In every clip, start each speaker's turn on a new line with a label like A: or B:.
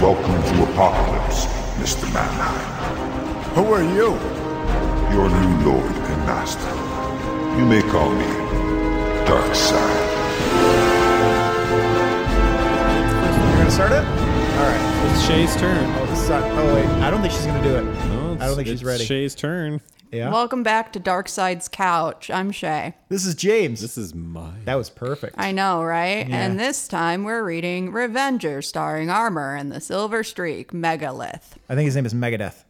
A: Welcome to Apocalypse, Mr. Mannheim. Who are you? Your new lord and master. You may call me Darkseid.
B: You're gonna start it? All right.
C: It's Shay's turn.
B: Oh, this is on. Oh wait, I don't think she's gonna do it.
C: No,
B: I don't think she's
C: it's
B: ready.
C: Shay's turn.
B: Yeah.
D: Welcome back to Dark Side's Couch. I'm Shay.
B: this is James.
C: This is mine.
B: that was perfect.
D: I know, right? And this time we're reading Revenger starring Armor and the Silver Streak Megalith.
B: I think his name is Megadeth.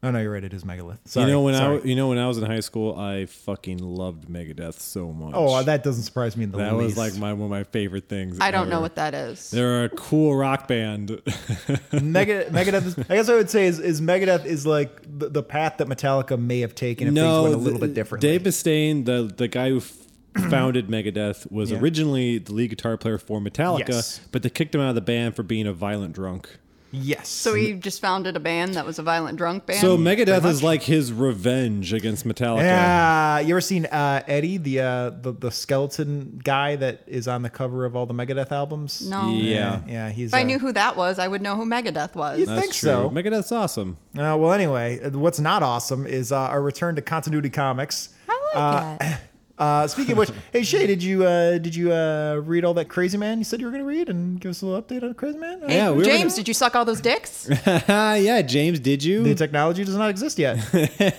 B: Oh no, you're right. It is Megalith. Sorry.
C: you know when
B: sorry.
C: I you know when I was in high school, I fucking loved Megadeth so much.
B: Oh, that doesn't surprise me in the
C: that
B: least.
C: was like my one of my favorite things.
D: I don't know
C: ever.
D: what that is.
C: They're a cool rock band.
B: Mega, Megadeth. Is, I guess I would say is, is Megadeth is like the, the path that Metallica may have taken if things went a little
C: th-
B: bit differently.
C: Dave Mustaine, the the guy who f- founded Megadeth, was
B: Yeah.
C: originally the lead guitar player for Metallica,
B: Yes.
C: but they kicked him out of the band for being a violent drunk.
B: yes.
D: so he just founded a band that was a violent drunk band.
C: So Megadeth is like his revenge against Metallica.
B: Yeah, you ever seen uh, Eddie, the, uh, the the skeleton guy that is on the cover of all the Megadeth albums?
D: no.
C: Yeah.
B: yeah, he's.
D: If I
B: uh,
D: knew who that was, I would know who Megadeth was.
B: You'd
C: That's
B: think
C: true.
B: so.
C: Megadeth's awesome.
B: Uh, well, anyway, uh, what's not awesome is uh, our return to continuity comics.
D: I like it.
B: Uh, speaking of which, hey Shay, did you uh, did you uh, read all that Crazy Man you said you were going to read and give us a little update on Crazy Man?
D: Hey,
C: yeah, we were
D: James,
C: gonna-
D: did you suck all those dicks?
C: Ah, yeah, James, did you?
B: The technology does not exist yet.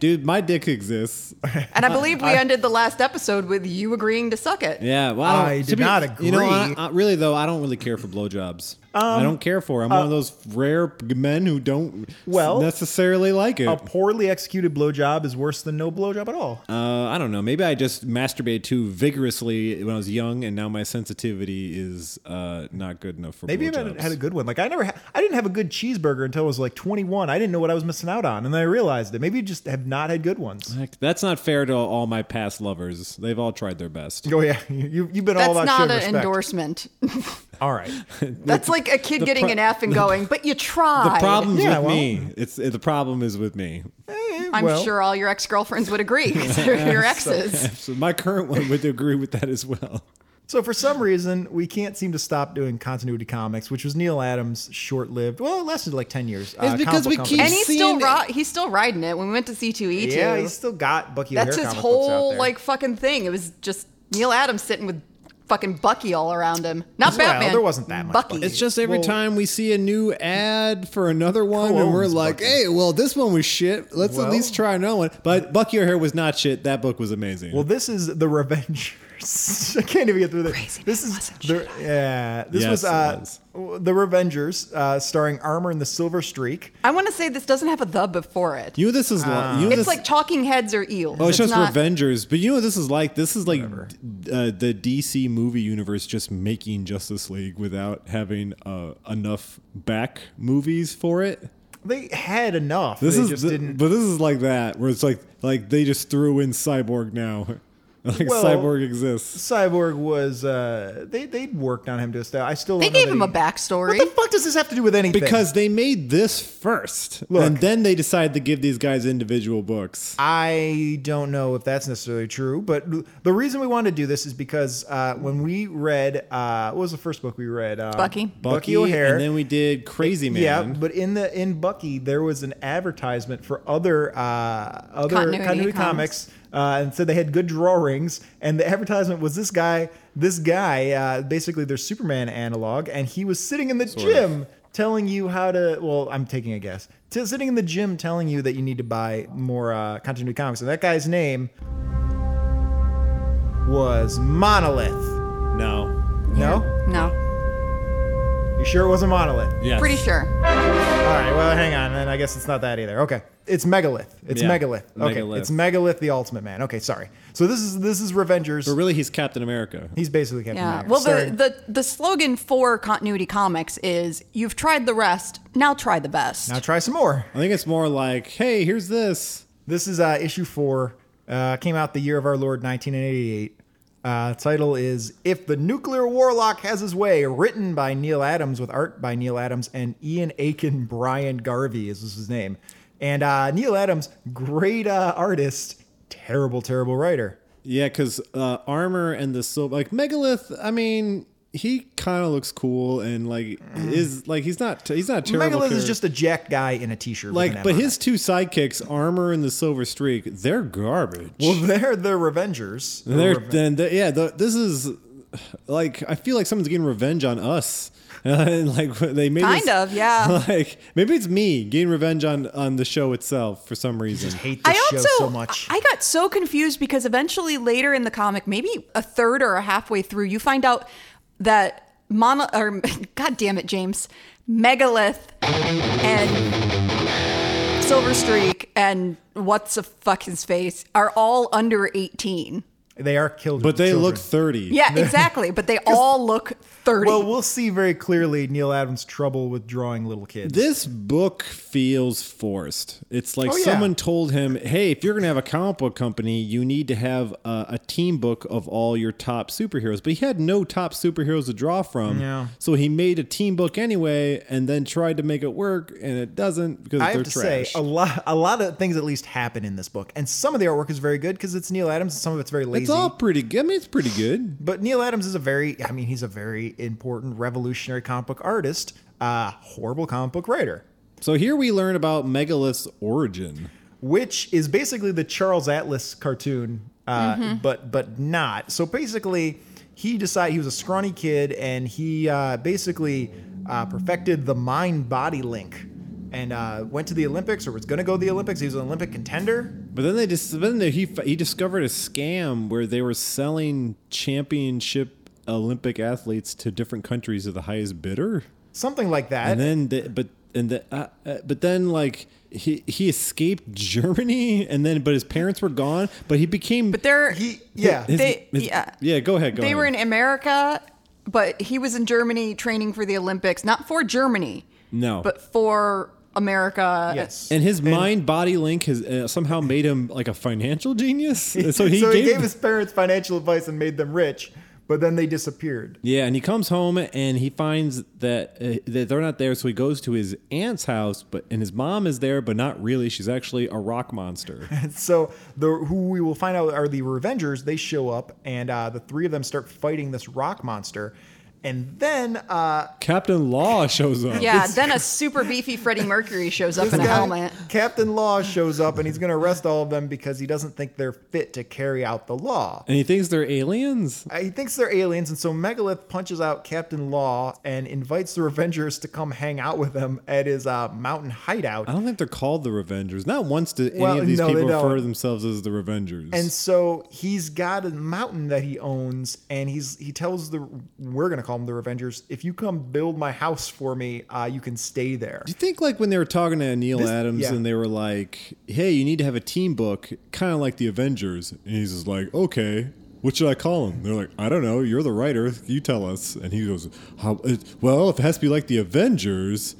C: Dude, my dick exists.
D: and I believe we ended the last episode with you agreeing to suck it.
C: Yeah, well, don't-
B: I did
C: to
B: not
C: You know, I,
B: agree. Um,
C: I- really though, I don't really care for blowjobs. I don't care for. it. I'm one of those rare men who don't
B: uh, Well,
C: necessarily like it.
B: a poorly executed blowjob is worse than no blowjob at all.
C: Uh, I don't know. Maybe I just masturbated too vigorously when I was young, and now my sensitivity is uh, not good enough for.
B: Maybe I
C: blowjobs.
B: had, had a good one. Like I never, ha- I didn't have a good cheeseburger until I was like 21. I didn't know what I was missing out on, and then I realized it. Maybe you just have not had good ones.
C: Heck, That's not fair to all my past lovers. They've all tried their best.
B: Oh yeah, you, you've been all
D: That's
B: about
D: not
B: showing
D: an
B: respect.
D: endorsement.
B: All right,
D: That's like a kid getting
C: pro-
D: an F and going, but you tried.
C: The problem's
B: Yeah,
C: with
B: well-
C: me. It's it, the problem is with me.
D: I'm
B: Well-
D: sure all your ex girlfriends would agree 'cause they're your exes.
C: So my current one would agree with that as well.
B: so for some reason we can't seem to stop doing continuity comics, which was Neil Adams' short-lived. Well, it lasted like 10 years. Uh, It's
C: because we keep-
D: And he's still
C: Seen it.
D: ri- he's still riding it. When we went to C2E2,
B: Yeah, he's still got Bucky.
D: that's
B: O'Hare
D: his
B: comic books out
D: whole
B: there.
D: like fucking thing. It was just Neil Adams sitting with fucking Bucky all around him. Not
B: Well,
D: Batman.
B: there wasn't that much
D: Bucky.
B: Bucky.
C: It's just every
B: Well-
C: time we see a new ad for another one, and we're
B: owns
C: like,
B: Bucky?
C: "Hey, well, this one was shit. Let's
B: Well-
C: at least try another one." But Bucky O'Hare was not shit. That book was amazing.
B: Well, this is the Revengers. I can't even get through this.
D: Crazy
B: This
D: man
B: is
D: wasn't
B: the yeah. This
C: Yes,
B: was, uh,
C: it
B: the Revengers, uh, starring Armor and the Silver Streak.
D: I want to say this doesn't have a the before it.
C: you know this is li- you know
D: it's
C: this,
D: like talking heads or eels.
C: oh, it's, just
D: not-
C: Revengers. But you know what this is like? This is like d- uh, the DC movie universe just making Justice League without having uh, enough back movies for it.
B: They had enough.
C: This
B: they
C: is
B: just
C: the-
B: didn't.
C: but this is like that where it's like like they just threw in Cyborg now. like
B: Well-
C: Cyborg exists.
B: Cyborg was uh, they they'd worked on him to a style. I still
D: They
B: don't know
D: gave
B: that
D: him a
B: he-
D: backstory.
B: What the fuck does this have to do with anything?
C: Because they made this first,
B: Look.
C: and then they decide to give these guys individual books.
B: I don't know if that's necessarily true, but the reason we wanted to do this is because uh, when we read uh, what was the first book we read? Um,
D: Bucky.
B: Bucky O'Hare.
C: and then we did Crazy Man.
B: Yeah, but in the in Bucky there was an advertisement for other uh, other continuity,
D: Continuity
B: comics,
D: comics.
B: uh, and said they had good drawings. And the advertisement was this guy, this guy, uh, basically their Superman analog, and he was sitting in the gym telling you how to. Well, I'm taking a guess. T- sitting in the gym telling you that you need to buy more uh, continuity comics, and that guy's name was Monolith.
C: no,
B: No,
D: no,
B: you sure it wasn't Monolith?
C: yeah,
D: pretty sure.
B: All right, well, hang on, then. I guess it's not that either. Okay, it's Megalith. It's
C: Yeah,
B: Megalith. Okay,
C: Megalith.
B: it's Megalith, the Ultimate Man. Okay, sorry. So this is this is Revengers.
C: But really, he's Captain America.
B: He's basically Captain
D: Yeah.
B: America.
D: Well,
B: Sorry.
D: the, the the slogan for continuity comics is "You've tried the rest, now try the best."
B: now try some more.
C: I think it's more like, hey, here's this.
B: This is uh, issue four. Uh, came out the year of our Lord, 1988. Uh, title is "If the Nuclear Warlock Has His Way," written by Neil Adams with art by Neil Adams and Ian Aiken Brian Garvey is his name. And uh, Neil Adams, great uh, artist, terrible, terrible writer.
C: Yeah, because uh, armor and the silver, like megalith. I mean, he kind of looks cool and like is like he's not he's not a terrible.
B: Megalith is
C: character.
B: just a jack guy in a t-shirt. with an
C: like,
B: M
C: but
B: on it.
C: his two sidekicks, Armor and the Silver Streak, they're garbage.
B: well, they're the Revengers.
C: They're,
B: Reven-
C: then the, yeah, the, this is like I feel like someone's getting revenge on us. and like they made
D: Kind
C: this-
D: of, yeah.
C: Like maybe it's me getting revenge on on the show itself for some reason.
B: hate this
D: I
B: show
D: also
B: so much.
D: I got so confused because eventually later in the comic, maybe a third or halfway through, you find out that Mono or God damn it, James, Megalith and Silver Streak and what's a fuck his face are all under eighteen.
B: they are killed,
C: But they
B: children.
C: look thirty.
D: Yeah, exactly. But they all look thirty.
B: Well, we'll see very clearly Neil Adams' trouble with drawing little kids.
C: This book feels forced. It's like
B: Oh, yeah.
C: someone told him, "Hey, if you're going to have a comic book company, you need to have a, a team book of all your top superheroes." But he had no top superheroes to draw from,
B: Yeah.
C: so he made a team book anyway, and then tried to make it work, and it doesn't because
B: I
C: they're
B: have to say,
C: trash.
B: oh, a lot, a lot of things at least happen in this book, and some of the artwork is very good because it's Neil Adams, and some of it's very lazy.
C: it's all pretty good. I mean, it's pretty good.
B: But Neil Adams is a very, I mean, he's a very important revolutionary comic book artist, uh, horrible comic book writer,
C: So here we learn about Megalith's origin.
B: which is basically the Charles Atlas cartoon, uh, but but not. So basically, he decided he was a scrawny kid, and he uh, basically uh, perfected the mind body link, and uh, went to the Olympics or was going to go to the Olympics. He was an Olympic contender.
C: But then they just then they, he he discovered a scam where they were selling championship Olympic athletes to different countries of the highest bidder,
B: something like that.
C: and then the, but and the, uh, uh, but then like he he escaped Germany, and then but his parents were gone, but he became
D: but they're
B: he, yeah,
C: his-
D: they-
C: his-
D: yeah.
C: yeah go ahead go
D: they
C: ahead.
D: were in America, but he was in Germany training for the Olympics, not for Germany,
C: no
D: but for America.
B: yes.
C: and his mind body link has uh, somehow made him like a financial genius, And so he gave,
B: his parents financial advice and made them rich, but then they disappeared.
C: Yeah, and he comes home and he finds that uh, that they're not there, so he goes to his aunt's house, but and his mom is there, but not really. She's actually a rock monster.
B: And so the who we will find out are the Revengers. They show up, and uh, the three of them start fighting this rock monster. And then uh,
C: Captain Law shows up.
D: Yeah, then a super beefy Freddie Mercury shows up in a
B: guy,
D: helmet.
B: Captain Law shows up, and he's going to arrest all of them because he doesn't think they're fit to carry out the law.
C: and he thinks they're aliens.
B: Uh, He thinks they're aliens, and so Megalith punches out Captain Law and invites the Revengers to come hang out with him at his uh, mountain hideout.
C: I don't think they're called the Revengers. Not once do any
B: Well,
C: of these
B: no, they
C: people
B: don't.
C: refer to themselves as the Revengers.
B: And so he's got a mountain that he owns, and he's he tells the we're gonna call him the Revengers. If you come build my house for me, uh, you can stay there.
C: do you think like when they were talking to Neil Adams
B: yeah.
C: and they were like, "Hey, you need to have a team book, kind of like the Avengers," and he's just like, "Okay." What should I call him? They're like, I don't know. You're the writer. You tell us. And he goes, How, it, Well, if it has to be like the Avengers,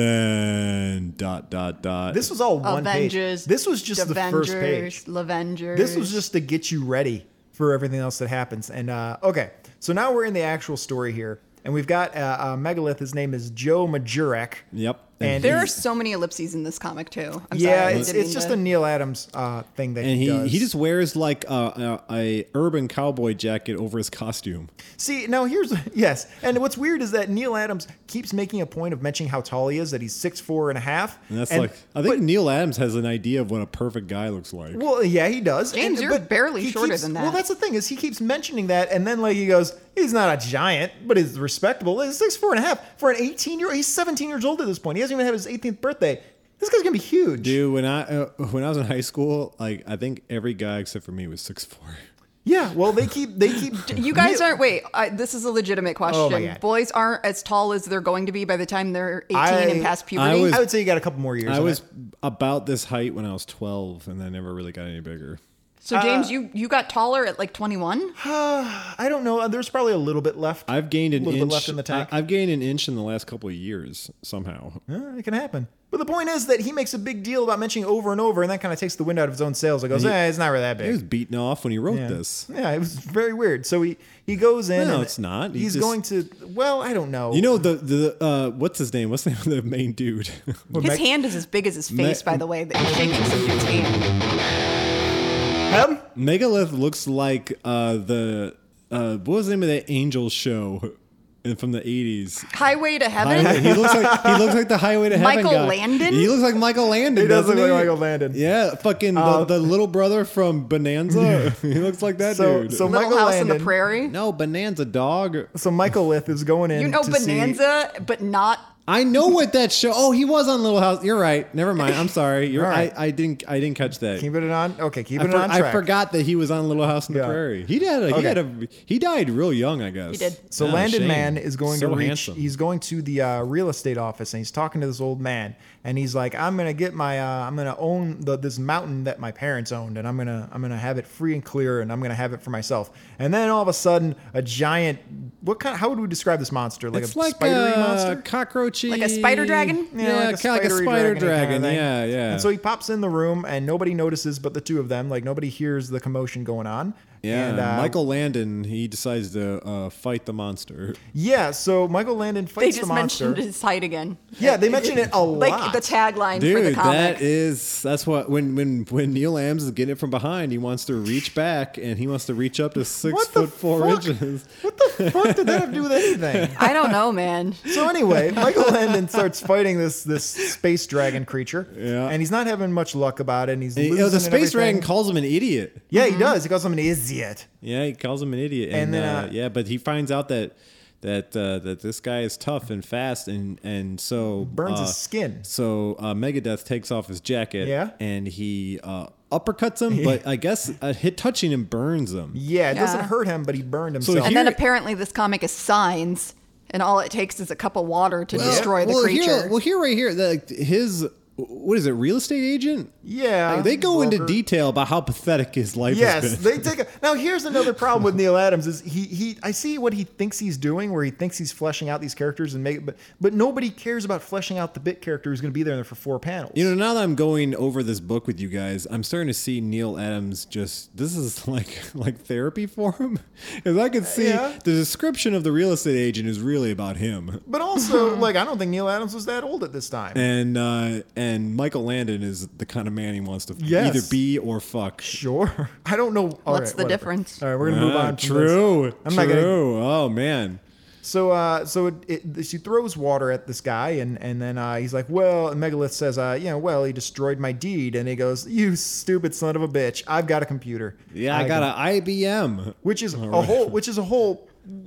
C: then dot dot dot.
B: This was all one
D: Avengers.
B: page. This was just the first page.
D: Avengers, Lavengers.
B: This was just to get you ready for everything else that happens. And uh, okay, so now we're in the actual story here, and we've got uh, uh, Megalith. His name is Joe Majurek.
C: yep.
B: And
D: There
B: he-
D: are so many ellipses in this comic too. I'm
B: yeah,
D: sorry, I
B: it's,
D: didn't
B: it's
D: mean
B: just
D: to-
B: a Neil Adams uh, thing that
C: and
B: he
C: he,
B: does.
C: he just wears like a, a, a urban cowboy jacket over his costume.
B: See, now here's yes. And what's weird is that Neil Adams keeps making a point of mentioning how tall he is, that he's six four and a half.
C: And that's like, I think Neil Adams has an idea of what a perfect guy looks like.
B: well, yeah, he does.
D: James,
B: And-
D: you're
B: but
D: barely
B: he
D: shorter
B: keeps-
D: than
B: Well,
D: that.
B: that's the thing, is he keeps mentioning that, and then like he goes, he's not a giant, but he's respectable. He's six four and a half. For an eighteen year old he's seventeen years old at this point. He hasn't even had his eighteenth birthday. This guy's gonna be huge.
C: Dude, when I uh, when I was in high school, like I think every guy except for me was six four.
B: Yeah, well they keep they keep
D: You guys
B: Neil- Oh,
D: aren't. Wait, I, this is a legitimate question.
B: God.
D: Boys aren't as tall as they're going to be by the time they're 18
B: I-
D: and past puberty.
C: was-
B: I would say you got a couple more years.
C: I
B: on
C: was
B: it.
C: about this height when I was twelve, and I never really got any bigger.
D: so James,
B: uh,
D: you you got taller at like 21.
B: I don't know. There's probably a little bit left.
C: I've gained an
B: Little bit
C: inch.
B: left in the tank.
C: I, have gained an inch in the last couple of years somehow.
B: Yeah, it can happen. But the point is that he makes a big deal about mentioning over and over, and that kind of takes the wind out of his own sails. It goes, eh, it's not really that
C: He was
B: big.
C: beaten off when he wrote
B: Yeah.
C: this.
B: Yeah, it was very weird. So he he goes in.
C: No,
B: and
C: it's not. He
B: he's
C: just-
B: going to. Well, I don't know.
C: You know the the uh, what's his name? What's the name of the main dude?
D: His hand is as big as his face, by the way. that He's shaking some dude's hand.
B: him?
C: Megalith looks like uh, the uh, what was the name of that angel show in- from the eighties?
D: Highway to Heaven.
C: Highway- he looks like he looks like the Highway to Heaven
D: Michael
C: guy.
D: Landon?
C: He looks like Michael Landon.
B: He does
C: doesn't
B: look
C: he?
B: like Michael Landon. Um,
C: Yeah, fucking the, the little brother from Bonanza. he looks like that
B: So-
C: dude.
B: so
D: Little
B: Michael
D: House on the
B: Landon.
D: Prairie.
C: no, Bonanza dog.
B: So Michael Lith is going in.
D: you know
B: to
D: Bonanza, but not.
C: I know what that show. Oh, he was on Little House. You're right. Never mind. I'm sorry. You're.
B: All right.
C: I, I didn't. I didn't catch that.
B: See, keep it on. Okay, keep
C: I,
B: it
C: for-
B: on
C: I
B: track.
C: forgot that he was on Little House on the
B: Yeah.
C: Prairy. He had. A, He
B: Okay.
C: had a. He died real young, I guess. Oh, He
D: did.
B: So Landon Man is going to reach. He's going to the uh, real estate office and he's talking to this old man and he's like, "I'm gonna get my. Uh, I'm gonna own the, this mountain that my parents owned and I'm gonna. I'm gonna have it free and clear and I'm gonna have it for myself." And then all of a sudden, a giant. What kind? How would we describe this monster? Like
C: it's
B: a
C: like
B: spidery
C: a
B: monster.
C: cockroachy,
D: Like a spider dragon?
C: Yeah, like, a, like a spider dragon.
B: kind of thing.
C: yeah, yeah.
B: And so he pops in the room, and nobody notices but the two of them. Like nobody hears the commotion going on.
C: yeah,
B: And, uh,
C: Michael Landon, he decides to uh, fight the monster.
B: Yeah. So Michael Landon
D: They
B: fights
D: just
B: the monster.
D: mentioned his height again.
B: Yeah, they mention it a
D: Like
B: lot.
D: the tagline for the
C: Dude,
D: comic.
C: that is that's what when when when Neil Adams is getting it from behind, he wants to reach back and he wants to reach up to six
B: What the
C: foot four
B: fuck?
C: inches.
B: What the fuck did that have to do with anything?
D: I don't know, man.
B: So anyway, Michael Landon starts fighting this this space dragon creature,
C: Yeah.
B: and he's not having much luck about it. And he's
C: You
B: losing
C: know, oh, the
B: and
C: space dragon
B: everything.
C: calls him an idiot.
B: Yeah, he does. He calls him an idiot.
C: Yeah, he calls him an idiot,
B: And
C: and,
B: then,
C: uh,
B: uh,
C: yeah, but he finds out that that uh, that this guy is tough and fast, and and so
B: Burns
C: uh,
B: his skin.
C: So uh, Megadeth takes off his jacket,
B: Yeah.
C: and he uh, uppercuts him, but I guess a hit touching him burns him.
B: Yeah, it doesn't
D: Yeah.
B: hurt him, but he burned himself.
C: here-
D: And then apparently this comic is signs, and all it takes is a cup of water to destroy the
C: well,
D: creature.
C: Here, well, here, right here, the, his what is it? Real estate agent.
B: yeah,
C: Like, they go into
B: broker.
C: detail about how pathetic his life
B: Yes,
C: has been.
B: they take. A, now here's another problem with Neil Adams is he he. I see what he thinks he's doing, where he thinks he's fleshing out these characters and make, but but nobody cares about fleshing out the bit character who's going to be there for four panels.
C: You know, now that I'm going over this book with you guys, I'm starting to see Neil Adams just this is like like therapy for him. As I can see,
B: yeah.
C: the description of the real estate agent is really about him.
B: But also, like, I don't think Neil Adams was that old at this time.
C: And uh, and Michael Landon is the kind of man he wants to
B: Yes.
C: either be or fuck.
B: sure. I don't know. All
D: What's
B: right,
D: the
B: whatever.
D: difference?
B: All right, we're gonna move
C: Ah,
B: on. from
C: true.
B: this. I'm
C: true.
B: not gonna.
C: Oh man.
B: So, uh, so it, it, she throws water at this guy, and and then uh, he's like, "Well," and Megalith says, "Uh, you know, well, he destroyed my deed," and he goes, "You stupid son of a bitch! I've got a computer."
C: Yeah, I,
B: can
C: got an IBM.
B: which is a whole which is a whole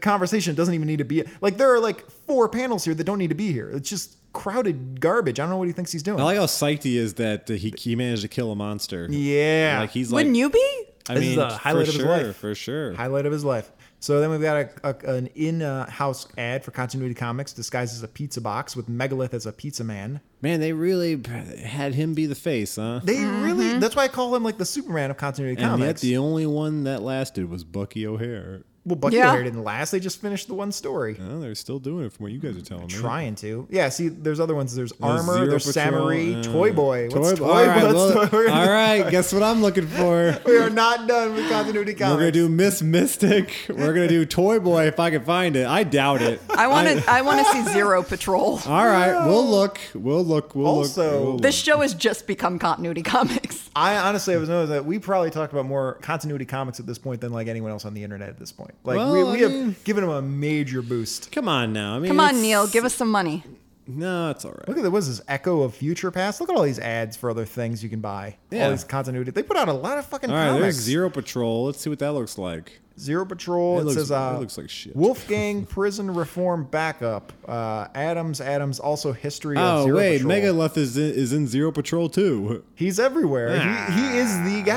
B: conversation It doesn't even need to be like there are like four panels here that don't need to be here it's just crowded garbage i don't know what he thinks he's doing
C: I like how psyched he is that he he managed to kill a monster.
B: yeah
C: Like he's like
D: Wouldn't you be?
C: I
B: This is
C: mean,
B: the highlight
C: for
B: of his
C: sure,
B: life.
C: for sure.
B: highlight of his life so then we've got a, a- an in-house ad for continuity comics disguised as a pizza box with megalith as a pizza man
C: Man, they really had him be the face, huh?
B: they really that's why i call him like the superman of continuity
C: And yet,
B: comics
C: the only one that lasted was Bucky O'Hare.
B: well bucky
D: Yeah.
B: O'Hare didn't last they just finished the one story
C: Oh, they're still doing it from what you guys are telling me.
B: Trying to, yeah. See, there's other ones. There's armor.
C: Zero
B: There's
C: Patrol,
B: Samurai,
C: uh,
B: Toy Boy. What's Toy,
C: All right,
B: Boy?
C: well,
B: What's Toy Boy?
C: all right, guess what I'm looking for.
B: We are not done with continuity
C: We're
B: comics.
C: gonna do Miss Mystic. We're gonna do Toy Boy if I can find it. I doubt it.
D: I want to. I want to see Zero Patrol.
C: All right, we'll look. We'll look. We'll
B: Also-
C: look. We'll look.
D: This show has just become continuity comics.
B: I honestly have noticed that we probably talked about more continuity comics at this point than like anyone else on the internet at this point. Like we,
C: Well, I
B: we have
C: mean-
B: given them a major boost.
C: Come on now. I mean,
D: Come on,
C: it's-
D: Neil, give us some money.
C: No, it's all right.
B: Look at that. What is this? Echo of Future Past? Look at all these ads for other things you can buy.
C: Yeah.
B: All these continuity. They put out a lot of fucking
C: All right,
B: comics.
C: there's Zero Patrol. Let's see what that looks like.
B: Zero Patrol.
C: It
B: It,
C: looks-
B: says uh,
C: it looks like shit.
B: Wolfgang Prison Reform Backup. Uh, Adams. Adams. Also history. of
C: Oh
B: Zero
C: wait,
B: Patrol.
C: Megaleth is in, is in Zero Patrol too.
B: He's everywhere. He, he is the
C: Ah.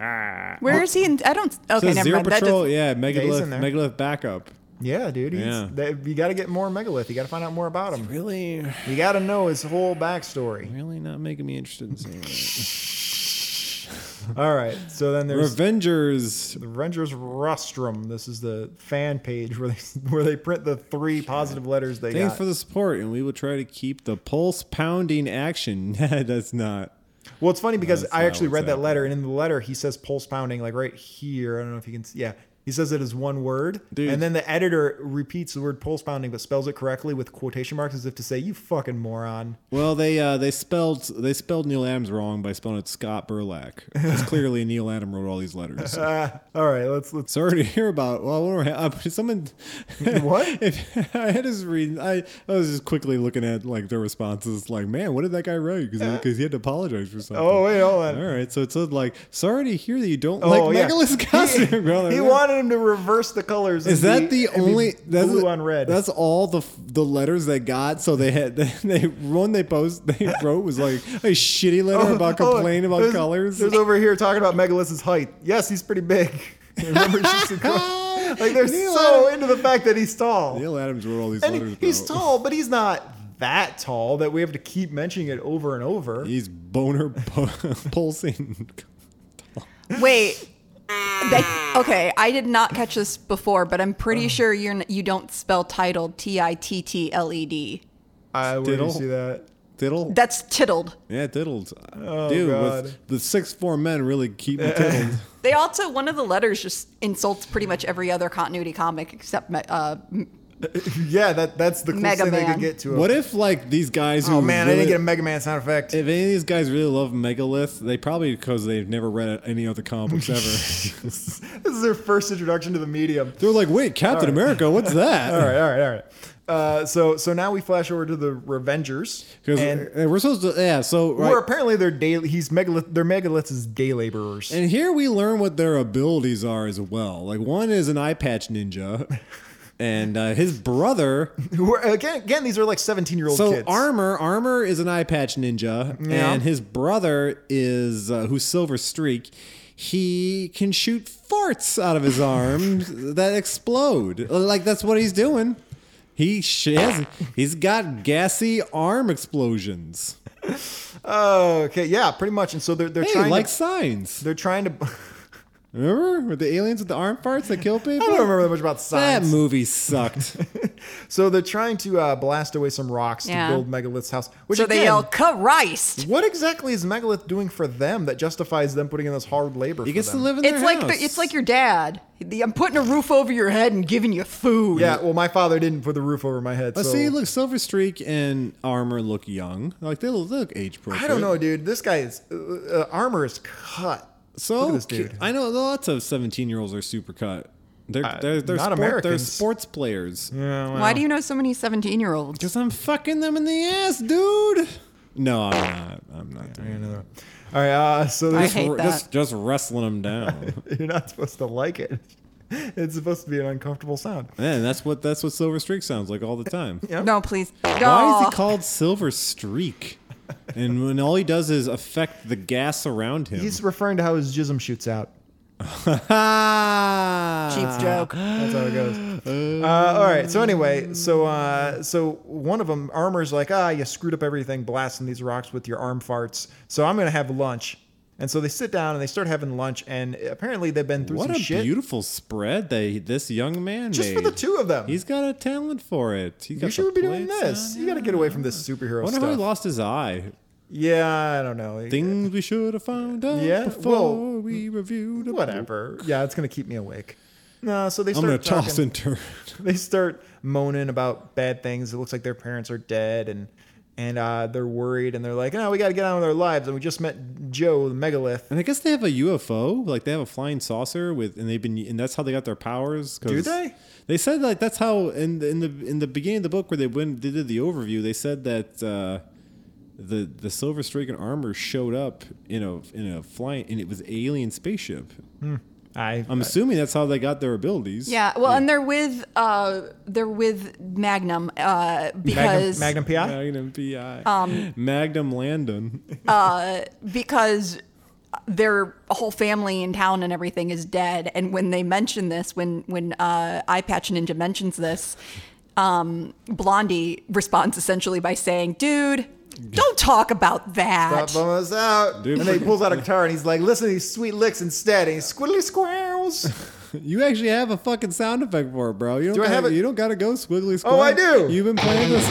B: guy.
D: Where is he? In, I don't. Okay,
C: Says
D: never
C: Zero
D: mind. That
C: Patrol,
D: does-
C: yeah,
B: he's
C: Megalith,
B: in there.
C: Megalith backup.
B: Yeah, dude. He's,
C: Yeah.
B: that- you got to get more Megalith. You got to find out more about him.
C: Really,
B: You got to know his whole backstory.
C: really not making me interested in seeing it.
B: All right. So then there's
C: Revengers.
B: the Rangers Rostrum. This is the fan page where they where they print the three positive letters they
C: Thanks
B: got.
C: for the support, and we will try to keep the pulse pounding action. Nah, That's not.
B: well, it's funny because
C: that's
B: I
C: not
B: actually
C: what's
B: read that
C: happening.
B: letter, and in the letter he says pulse pounding like right here. I don't know if you can. See, yeah, He says it as one word,
C: Dude.
B: and then the editor repeats the word pulse pounding but spells it correctly with quotation marks as if to say, "You fucking moron."
C: Well, they uh, they spelled they spelled Neil Adams wrong by spelling it Scott Burlack. Because clearly Neil Adam wrote all these letters.
B: All right, let's let's.
C: Sorry to hear about. Well, what do I- uh, someone.
B: What?
C: If, I had his read. I, I was just quickly looking at like their responses. Like, man, what did that guy write? Because he had to apologize for something.
B: Oh wait, hold
C: All
B: on.
C: right, so it said like, sorry to hear that you don't
B: Oh
C: like
B: yeah,
C: Nicholas
B: He,
C: Coster. brother.
B: he wanted him to reverse the colors. and
C: Is that
B: be-
C: the
B: and be
C: only that's
B: blue on red?
C: That's all the the letters they got. So they had they one they post they wrote was like a shitty letter about
B: Oh,
C: complaining about
B: there's-
C: colors.
B: There's over here talking about Megalith's height. Yes, he's pretty big. Remember, she's a girl. like they're
C: Neil
B: so
C: Adams-
B: into the fact that he's tall.
C: Neil Adams wrote all these
B: and
C: letters.
B: he- he's
C: bro.
B: tall, but he's not that tall that we have to keep mentioning it over and over.
C: He's boner po- pulsing.
D: Wait. That- okay, I did not catch this before, but I'm pretty
C: Uh-huh.
D: sure you're n- you don't spell titled T I T T L E D.
B: I where do you
C: Diddle.
B: see that.
C: Diddle.
D: That's titled.
C: yeah, diddled. Dude,
B: Oh, God.
C: With the six form men really keep me tiddled.
D: They also one of the letters just insults pretty much every other continuity comic except me- uh,
B: Yeah, that that's the closest
D: Mega
B: thing they could
D: Man.
B: get to.
C: what
B: it.
C: if like these guys who
B: Oh man, I
C: really-
B: didn't get a Mega Man sound effect.
C: if any of these guys really love Megalith, they probably because they've never read any other comic books ever.
B: this is their first introduction to the medium.
C: They're like, wait, Captain America, what's that?
B: All right, all right, all right. Uh, so so now we flash over to the Revengers,
C: Because
B: and
C: eh, we're supposed to, yeah. So
B: we where
C: right,
B: apparently they're day he's megalith they're megalith's day laborers.
C: and here we learn what their abilities are as well. Like one is an eye patch ninja, and uh, his brother.
B: Who are, again, again, these are like seventeen year old
C: So
B: kids.
C: armor, armor is an eye patch ninja,
B: Yeah.
C: and his brother is uh, who's Silver Streak. He can shoot farts out of his arms that explode. Like that's what he's doing. He sh- has, he's got gassy arm explosions.
B: oh, okay, yeah, pretty much. And so they're they're
C: Hey,
B: trying
C: like
B: to,
C: signs.
B: they're trying to.
C: Remember with the aliens with the arm farts that kill people?
B: I don't remember that much about
C: That
B: science.
C: movie sucked.
B: So they're trying to uh, blast away some rocks
D: Yeah.
B: to build megalith's house. Which
D: so
B: again,
D: they yell Christ.
B: What exactly is megalith doing for them that justifies them putting in this hard labor?
C: he
B: for
C: gets to
B: them?
C: live in
D: It's
C: their
D: like
C: house.
D: the, it's like your dad. The- I'm putting a roof over your head and giving you food.
B: Yeah, well, my father didn't put the roof over my head.
C: But
B: so
C: see, look, Silver Streak and Armor look young. Like they look, they look age appropriate.
B: I don't know, dude. This guy is uh, uh, armor is cut.
C: So
B: look at this dude.
C: I know lots of seventeen-year-olds are super cut. They're they're, they're,
B: Uh, not
C: sport, they're
B: Americans.
C: sports players.
D: Why do you know so many 17 year olds?
C: Because I'm fucking them in the ass, dude. No, I'm not. I'm not doing that.
B: All right, uh, so there's
D: I hate that.
C: Just just wrestling them down.
B: You're not supposed to like it. It's supposed to be an uncomfortable sound.
C: Man, that's what that's what Silver Streak sounds like all the time.
D: No, please.
C: Why is
D: Aw.
C: he called Silver Streak? And when all he does is affect the gas around him.
B: He's referring to how his jism shoots out.
D: Cheap
C: Cheap
D: joke.
B: That's how it goes. Uh, all right. So anyway, so uh, so one of them, Armor's like, ah, you screwed up everything blasting these rocks with your arm farts. So I'm gonna have lunch. And so they sit down and they start having lunch. And apparently they've been through
C: What
B: some
C: a
B: shit
C: beautiful spread that this young man
B: just
C: made.
B: for the two of them.
C: He's got a talent for it. He got
B: you
C: the
B: should be doing
C: plates
B: this.
C: on.
B: You got to get away from this superhero
C: I wonder how he
B: stuff.
C: lost his eye.
B: yeah, I don't know.
C: Things we should have found out
B: Yeah,
C: before
B: well,
C: we reviewed. a book.
B: Whatever. Yeah, it's gonna keep me awake. No, so they
C: I'm
B: start
C: gonna
B: talking.
C: toss and turn.
B: they start moaning about bad things. It looks like their parents are dead and and uh, they're worried and they're like, no, we got to get on with our lives. And we just met Joe the megalith.
C: And I guess they have a UFO, like they have a flying saucer with, and they've been, and that's how they got their powers. 'cause
B: Do they?
C: They said like that's how in the, in the in the beginning of the book where they went they did the overview. They said that uh, the the silver streak and armor showed up in a in a flying and it was alien spaceship.
B: I,
C: I'm assuming that's how they got their abilities.
D: Yeah, well, and they're with uh, they're with Magnum uh,
B: Magnum,
D: because
B: Magnum PI.
C: Magnum PI.
D: Um,
C: Magnum Landon.
D: because their whole family in town and everything is dead. And when they mention this, when when uh, Eye Patch Ninja mentions this, um, Blondie responds essentially by saying, "Dude, don't talk about that."
B: Stop bumming us out.
C: Dude,
B: and then he
C: freaking-
B: pulls out a guitar and he's like, listen to these sweet licks instead. And he's squiddly squirrels.
C: You actually have a fucking sound effect for it, bro. You don't
B: Do I
C: gotta,
B: have Oh, it?
C: You don't gotta go squiggly squirrel.
B: Oh, I do.
C: You've been playing this.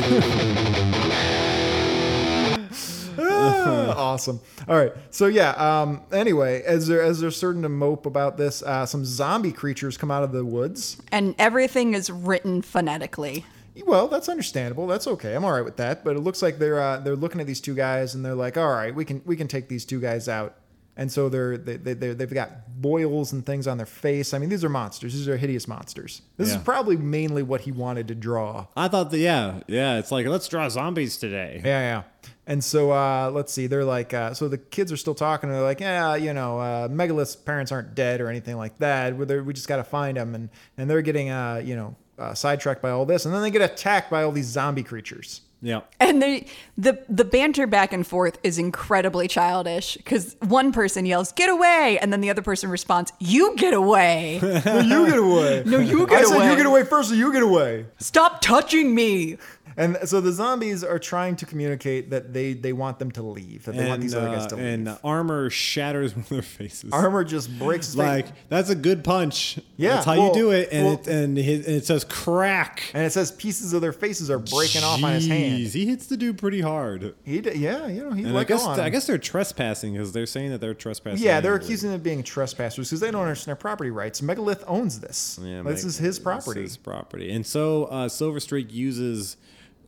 B: Ah, awesome. All right. So yeah. Um, anyway, as they're as they're starting to mope about this, uh, some zombie creatures come out of the woods.
D: And everything is written phonetically.
B: Well, that's understandable. That's okay. I'm all right with that. But it looks like they're uh, they're looking at these two guys and they're like, all right, we can we can take these two guys out. And so they're they, they they're- they've got boils and things on their face. I mean, these are monsters. These are hideous monsters. This
C: Yeah.
B: is probably mainly what he wanted to draw.
C: I thought that yeah, yeah. It's like let's draw zombies today.
B: Yeah, yeah. And so uh, let's see. They're like, uh, so the kids are still talking. And they're like, yeah, you know, uh, Megalith's parents aren't dead or anything like that. We're there- We just got to find them. And and they're getting uh, you know uh, sidetracked by all this, and then they get attacked by all these zombie creatures.
C: Yeah.
D: And they, the the banter back and forth is incredibly childish because one person yells "Get away!" and then the other person responds "You get away!
B: No, you get away. no, you
D: get
B: I said
D: away.
B: you get away first, so you get away.
D: Stop touching me!"
B: And so the zombies are trying to communicate that they they want them to leave. That they want
C: And,
B: these other guys
C: uh,
B: to leave.
C: and armor shatters one of their faces.
B: Armor just breaks. his face.
C: like that's a good punch.
B: Yeah,
C: that's how
B: well-
C: you do it. And
B: well-
C: it, and, his, and it says crack.
B: and it says pieces of their faces are breaking off on his hand.
C: Jeez, He hits the dude pretty hard.
B: He d- yeah, you know he
C: And
B: let
C: I guess
B: go on
C: I
B: him.
C: guess they're trespassing because they're saying that they're trespassing.
B: Yeah, they're
C: illegally.
B: accusing them of being trespassers because they don't understand their property rights. Megalith owns this.
C: Yeah,
B: this
C: Mike,
B: is his property.
C: This is property. And so uh, Silver Streak uses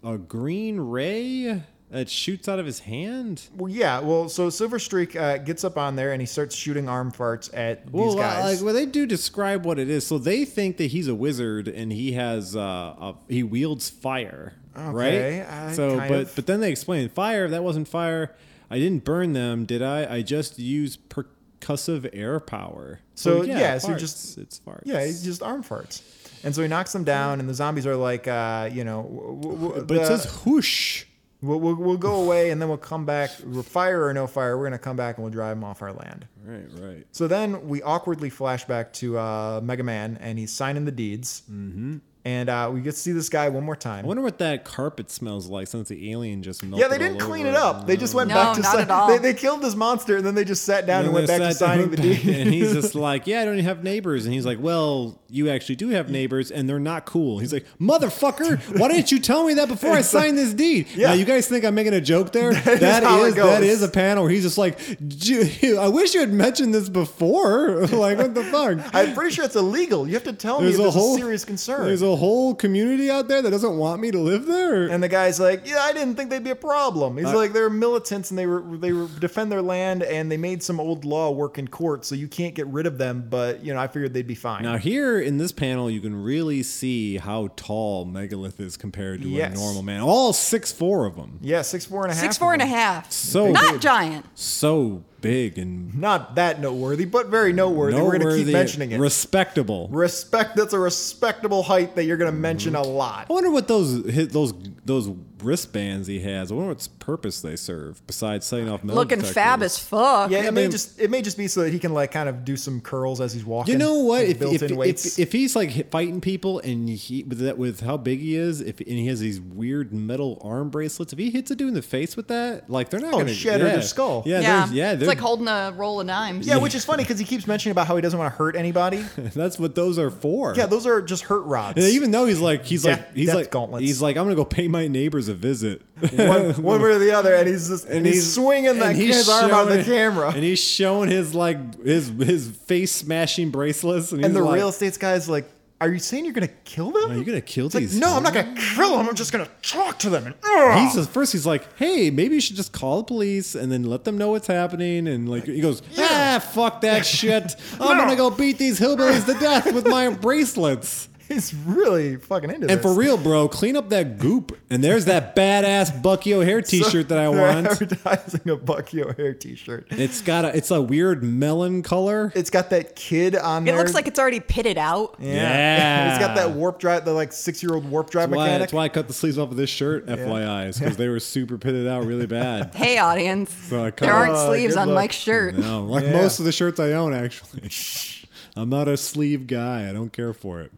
C: a green ray that shoots out of his hand.
B: Well, yeah. Well, so Silver Streak uh, gets up on there and he starts shooting arm farts at these
C: Well, uh,
B: guys.
C: like, well, they do describe what it is. So they think that he's a wizard and he has uh, a, he wields fire,
B: Okay,
C: right?
B: I
C: so,
B: kind
C: but
B: of-
C: but then they explain fire. That wasn't fire. I didn't burn them, did I? I just used percussive air power.
B: So, yeah, so
C: farts.
B: just-
C: it's farts.
B: yeah, he's just arm farts. And so he knocks them down, and the zombies are like, uh, you know, w- w- w-
C: but
B: the-
C: it says whoosh.
B: we'll, we'll, we'll go away, and then we'll come back. We're Fire or no fire, we're gonna come back and we'll drive them off our land.
C: Right, right.
B: So then we awkwardly flash back to uh, Mega Man, and he's signing the deeds. Mm-hmm. And uh, we get to see this guy one more time.
C: I wonder what that carpet smells like since the alien just melted.
B: Yeah, they didn't
C: all
B: clean
C: over
B: it up. They just went
D: No,
B: back to
D: not
B: si-
D: at all.
B: They, they killed this monster and then they just sat down and,
C: And
B: went
C: they
B: back to
C: sat down
B: signing the
C: back-
B: deed.
C: And he's just like, Yeah, I don't even have neighbors. And he's like, Well, you actually do have neighbors, and they're not cool. He's like, Motherfucker, why didn't you tell me that before I signed this deed?
B: Yeah.
C: Now, you guys think I'm making a joke there?
B: is how it
C: that
B: goes.
C: is a panel where he's just like, "J- I wish you had mentioned this before. like, what the fuck?
B: I'm pretty sure it's illegal. You have to tell me if it's a serious
C: There's
B: concern.
C: a whole community out there that doesn't want me to live there.
B: and the guy's like, "Yeah, I didn't think they'd be a problem."
C: Uh.
B: He's like, "They're militants and they were they were defend their land and they made some old law work in court, so you can't get rid of them." But you know, I figured they'd be fine.
C: Now here in this panel, you can really see how tall Megalith is compared to
B: Yes.
C: a normal man. All six four of them.
B: yeah, six four and a half.
D: Six four
B: of
D: and a
B: them.
D: half.
C: So
D: Not giant.
C: so big and
B: Not that noteworthy, but very noteworthy. We're going to
C: noteworthy,
B: keep mentioning it.
C: Respectable.
B: Respect. That's a respectable height that you're going to
C: Mm-hmm.
B: mention a lot.
C: I wonder what those hit those those wristbands he has. I wonder what purpose they serve besides setting off metal
D: Looking
C: detectors.
D: fab as fuck.
B: Yeah,
C: Yeah,
B: it may
C: man.
B: just it may just be so that he can like kind of do some curls as he's walking.
C: You know what?
B: with
C: If if,
B: built-in weights.
C: if if he's like hit- fighting people and he with that with how big he is, if and he has these weird metal arm bracelets, if he hits a dude in the face with that, like they're not
B: Oh,
C: gonna
B: shatter
C: yeah.
B: their skull.
C: Yeah,
D: Yeah.
C: yeah, yeah
D: it's
C: they're-
D: like holding a roll of dimes.
B: yeah, which is funny because he keeps mentioning about how he doesn't want to hurt anybody.
C: That's what those are for.
B: Yeah, those are just hurt rods.
C: And even though he's like he's
B: Death-
C: like he's
B: death
C: like
B: gauntlets.
C: he's like I'm gonna go pay my neighbors a visit.
B: one, one way or the other, and he's just and he's, swinging that
C: and he's
B: his arm out of the
C: showing-
B: camera.
C: and
B: And,
C: he's showing his like his his face smashing bracelets, and, he's
B: the
C: like,
B: real estate guy's like, "Are you saying you're gonna kill them?
C: Are you gonna kill
B: It's like,
C: these?
B: no, I'm not
C: people?"
B: gonna kill them. I'm just gonna talk to them." And, ugh.
C: He's at first he's like, hey, maybe you should just call the police and then let them know what's happening. And like he goes,
B: Yeah.
C: ah, fuck that shit. I'm
B: No.
C: gonna go beat these hillbillies to death with my bracelets.
B: he's really fucking into
C: And
B: this.
C: for real, bro, clean up that goop. And there's that badass Bucky O'Hare T-shirt that I
B: They're
C: want.
B: advertising a Bucky O'Hare T-shirt.
C: It's got a it's a weird melon color.
B: It's got that kid on
D: It
B: there.
D: looks like it's already pitted out.
C: Yeah.
B: it's got that warp drive, the like six-year-old warp drive
C: That's why,
B: mechanic.
C: that's why I cut the sleeves off of this shirt, FYI, because they were super pitted out really bad.
D: Hey, audience.
C: I
D: there aren't
B: Oh,
D: sleeves
B: good
D: on
B: luck.
D: Mike's shirt.
C: No, like
B: Yeah.
C: most of the shirts I own, actually. I'm not a sleeve guy. I don't care for it.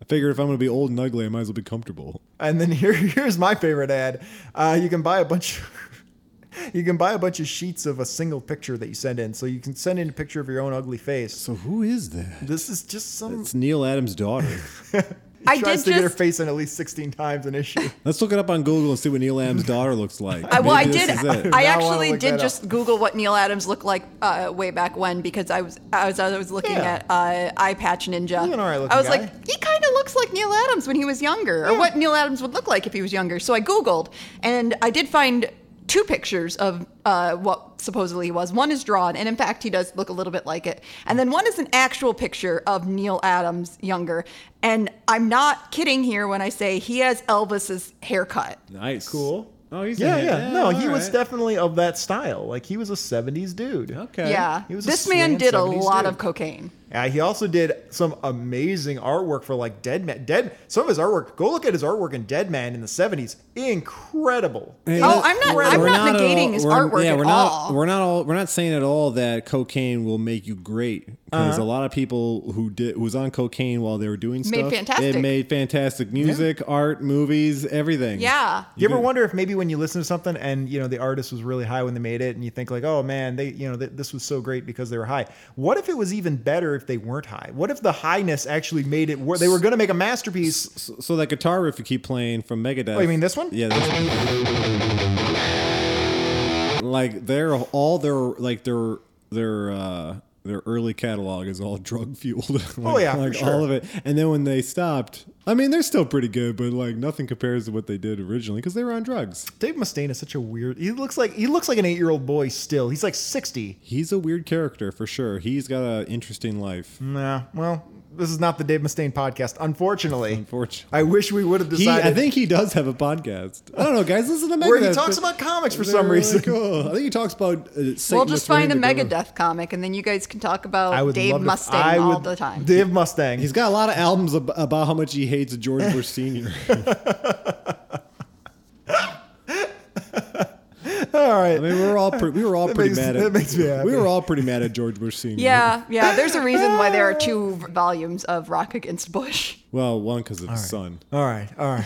C: I figured if I'm going to be old and ugly, I might as well be comfortable.
B: And then here, here's my favorite ad. Uh, you can buy a bunch. you can buy a bunch of sheets of a single picture that you send in, so you can send in a picture of your own ugly face.
C: So who is that?
B: This is just some.
C: It's Neil Adams' daughter.
D: I
B: tries
D: did just.
B: to get her face in at least 16 times an issue.
C: Let's look it up on Google and see what Neil Adams' daughter looks like.
D: I, well, I
C: Maybe this
D: did.
C: is it.
D: I
B: Now I wanna
D: actually
B: look that
D: did
B: up.
D: just Google what Neil Adams looked like uh, way back when because I was I was, I was looking
B: Yeah.
D: at uh, Eye Patch Ninja.
B: He's an alright looking
D: I was
B: guy.
D: like, he kind of looks like Neil Adams when he was younger, or what Neil Adams would look like if he was younger. So I Googled, and I did find two pictures of uh, what supposedly he was. One is drawn, and in fact, he does look a little bit like it. And then one is an actual picture of Neil Adams younger. And I'm not kidding here when I say he has Elvis's haircut.
C: Nice.
B: Cool.
C: Oh, he's
B: yeah,
C: in it.
B: yeah. No, he
C: all
B: was
C: right.
B: definitely of that style. Like he was a 70s dude.
C: Okay.
D: Yeah.
B: He was a
D: this man
B: swinging
D: did a
B: 70s
D: lot
B: dude.
D: of cocaine.
B: Yeah, he also did some amazing artwork for like Dead Man. Dead. Some of his artwork. Go look at his artwork in Dead Man in the 70s. Incredible.
C: Hey,
D: Oh,
C: let's-
D: I'm not.
B: we're-
D: I'm
C: we're
D: not,
C: at
D: negating
C: all-
D: his
C: we're-
D: artwork
C: yeah,
D: at
C: we're
D: all.
C: Not, we're not all. We're not saying at all that cocaine will make you great because
D: Uh-huh.
C: a lot of people who did who was on cocaine while they were doing stuff
D: fantastic.
C: They made fantastic music, art, movies, everything.
D: yeah.
B: You ever wonder if maybe when you listen to something and you know the artist was really high when they made it, and you think like, oh man, they you know th- this was so great because they were high. What if it was even better if they weren't high? What if the highness actually made it? Wor- they were going to make a masterpiece.
C: So, so that guitar riff you keep playing from Megadeth.
B: Oh, you mean this one?
C: Yeah. This, like they're all their like their their uh their early catalog is all drug fueled. like,
B: Oh, yeah, for
C: like
B: sure.
C: all of it. And then when they stopped, I mean they're still pretty good, but like nothing compares to what they did originally because they were on drugs.
B: Dave Mustaine is such a weird. He looks like he looks like an eight year old boy still. He's like sixty.
C: He's a weird character for sure. He's got an interesting life.
B: Nah. Well, this is not the Dave Mustaine podcast, unfortunately.
C: Unfortunately.
B: I wish we would have
C: He,
B: decided.
C: I think he does have a podcast. I don't know, guys. Listen to Megadeth.
B: where he talks about comics for some
C: They're really
B: reason.
C: cool. I think he talks about. Uh, Satan
D: We'll just
C: was ready
D: find a
C: to go.
D: Megadeth comic, and then you guys can talk about Dave
B: love to-
D: Mustang
B: I
D: all
B: would-
D: the time.
B: Dave Mustang.
C: He's got a lot of albums ab- about how much he hates George Bush Senior.
B: all right.
C: I mean, we were all pre- we were all pretty
B: makes-
C: mad. At,
B: that makes me happy.
C: We were all pretty mad at George Bush Senior.
D: yeah, yeah. There's a reason why there are two v- volumes of Rock Against Bush.
C: Well, one because of his son.
B: All right, all right,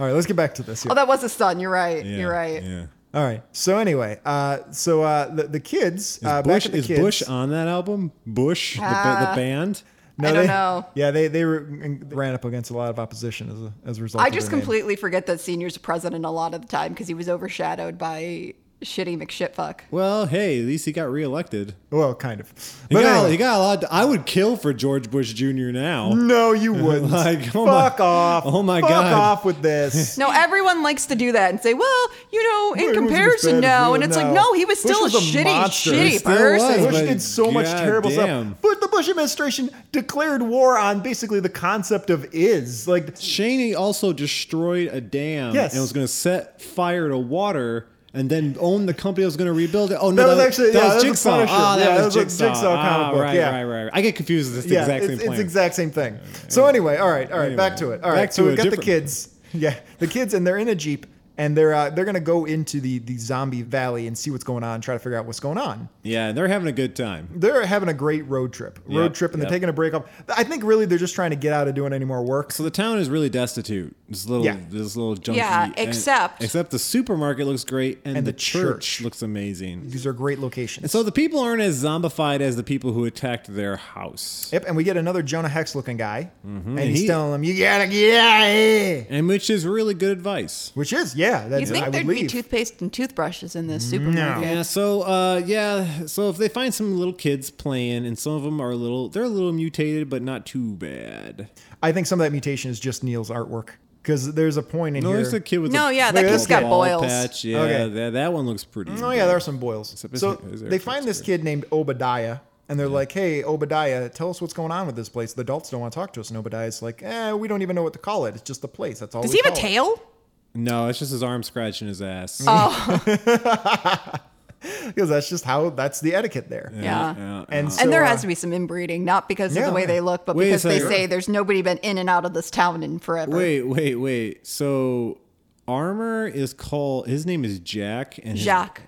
B: all right. Let's get back to this. Here.
D: Oh, that was his son. You're right.
C: Yeah,
D: You're right.
C: Yeah.
B: all right. So anyway, uh, so uh, the the kids
C: Is
B: uh,
C: Bush
B: back at the
C: is
B: kids.
C: Bush on that album? Bush, the, ba-
D: Ah.
C: the band.
B: No,
D: I don't
B: they-
D: know.
B: Yeah, they they were, ran up against a lot of opposition as a, as a result.
D: I
B: of
D: just
B: their name.
D: completely forget that Senior's president a lot of the time because he was overshadowed by shitty McShitfuck.
C: Well, hey, at least he got reelected.
B: Well, kind of.
C: He
B: But
C: got,
B: anyway,
C: he got a lot. I would kill for George Bush Jr. Now.
B: no, you wouldn't.
C: Like, oh my-
B: Fuck off.
C: oh my
B: Fuck
C: God.
B: off with this.
D: No, everyone likes to do that and say, "Well, you know, in
B: It wasn't as bad
D: comparison
B: as it
D: now," and
B: is
D: it's like,
B: now.
D: no, he was
B: Bush
D: still
B: was
D: a,
B: a
D: shitty,
B: monster. He
D: shitty
C: still
D: person.
C: was.
B: Bush
C: but
B: did so much terrible
C: goddamn.
B: stuff. But the Bush administration declared war on basically the concept of is. Like,
C: Cheney also destroyed a dam
B: Yes.
C: and was going to set fire to water and then own the company that was going to rebuild it. Oh no,
B: That was actually- yeah, that was
C: Jigsaw.
B: Punisher.
C: Ah, that
B: Yeah,
C: was
B: that was a
C: Jigsaw,
B: Jigsaw comic
C: Ah,
B: book,
C: Right,
B: yeah.
C: right, right. I get confused with this exact
B: it's,
C: same
B: it's
C: plan.
B: exact same thing. So anyway, all right, all right,
C: Anyway,
B: back to it. All
C: back
B: right, so
C: to
B: we've
C: a
B: got the
C: different-
B: kids. Yeah, the kids, and they're in a jeep, and they're uh, they're gonna go into the the zombie valley and see what's going on, try to figure out what's going on.
C: Yeah, and they're having a good time.
B: They're having a great road trip, road
C: Yep,
B: trip, and
C: yep.
B: they're taking a break up. I think really they're just trying to get out of doing any more work.
C: So the town is really destitute. This little,
B: Yeah.
C: this little junky.
D: Yeah,
C: and-
D: except-
C: except the supermarket looks great and,
B: And
C: the,
B: the
C: church,
B: church.
C: looks amazing.
B: These are great locations.
C: And so the people aren't as zombified as the people who attacked their house.
B: yep, and we get another Jonah Hex looking guy, and he's
C: Mm-hmm, He-
B: telling them, "You gotta get out of here,"
C: And which is really good advice.
B: which is yeah, that's
D: You think
B: I would
D: there'd be
B: leave.
D: toothpaste and toothbrushes in this supermarket?
C: Yeah. So, uh, yeah. So if they find some little kids playing, and some of them are a little, they're a little mutated, but not too bad.
B: I think some of that mutation is just Neil's artwork because there's a point in
C: No,
B: here.
C: there's a kid with
D: No,
C: a
D: yeah, that
C: bald
B: kid's got
D: boils.
C: Patch. Yeah,
B: Okay.
C: that, that one looks pretty.
B: Oh yeah, there are some boils.
C: Except it's-
B: So
C: it's-
B: they find this kid named Obadiah, and they're like, "Hey, Obadiah, tell us what's going on with this place." The adults don't want to talk to us, and Obadiah's like, "Eh, we don't even know what to call it. It's just the place. That's all."
D: Does
B: we
D: he have a
B: call it."
D: tail?
C: No, it's just his arm scratching his ass.
D: Uh.
B: Because that's just how that's the etiquette there.
D: Yeah.
C: uh-uh.
B: And so,
D: And there
B: uh,
D: has to be some inbreeding, not because of
B: yeah.
D: the way they look, but
C: Wait a
D: because they
C: second.
D: say there's nobody been in and out of this town in forever.
C: Wait, wait, wait. So armor is called. His name is Jack. And his-
D: Jacques.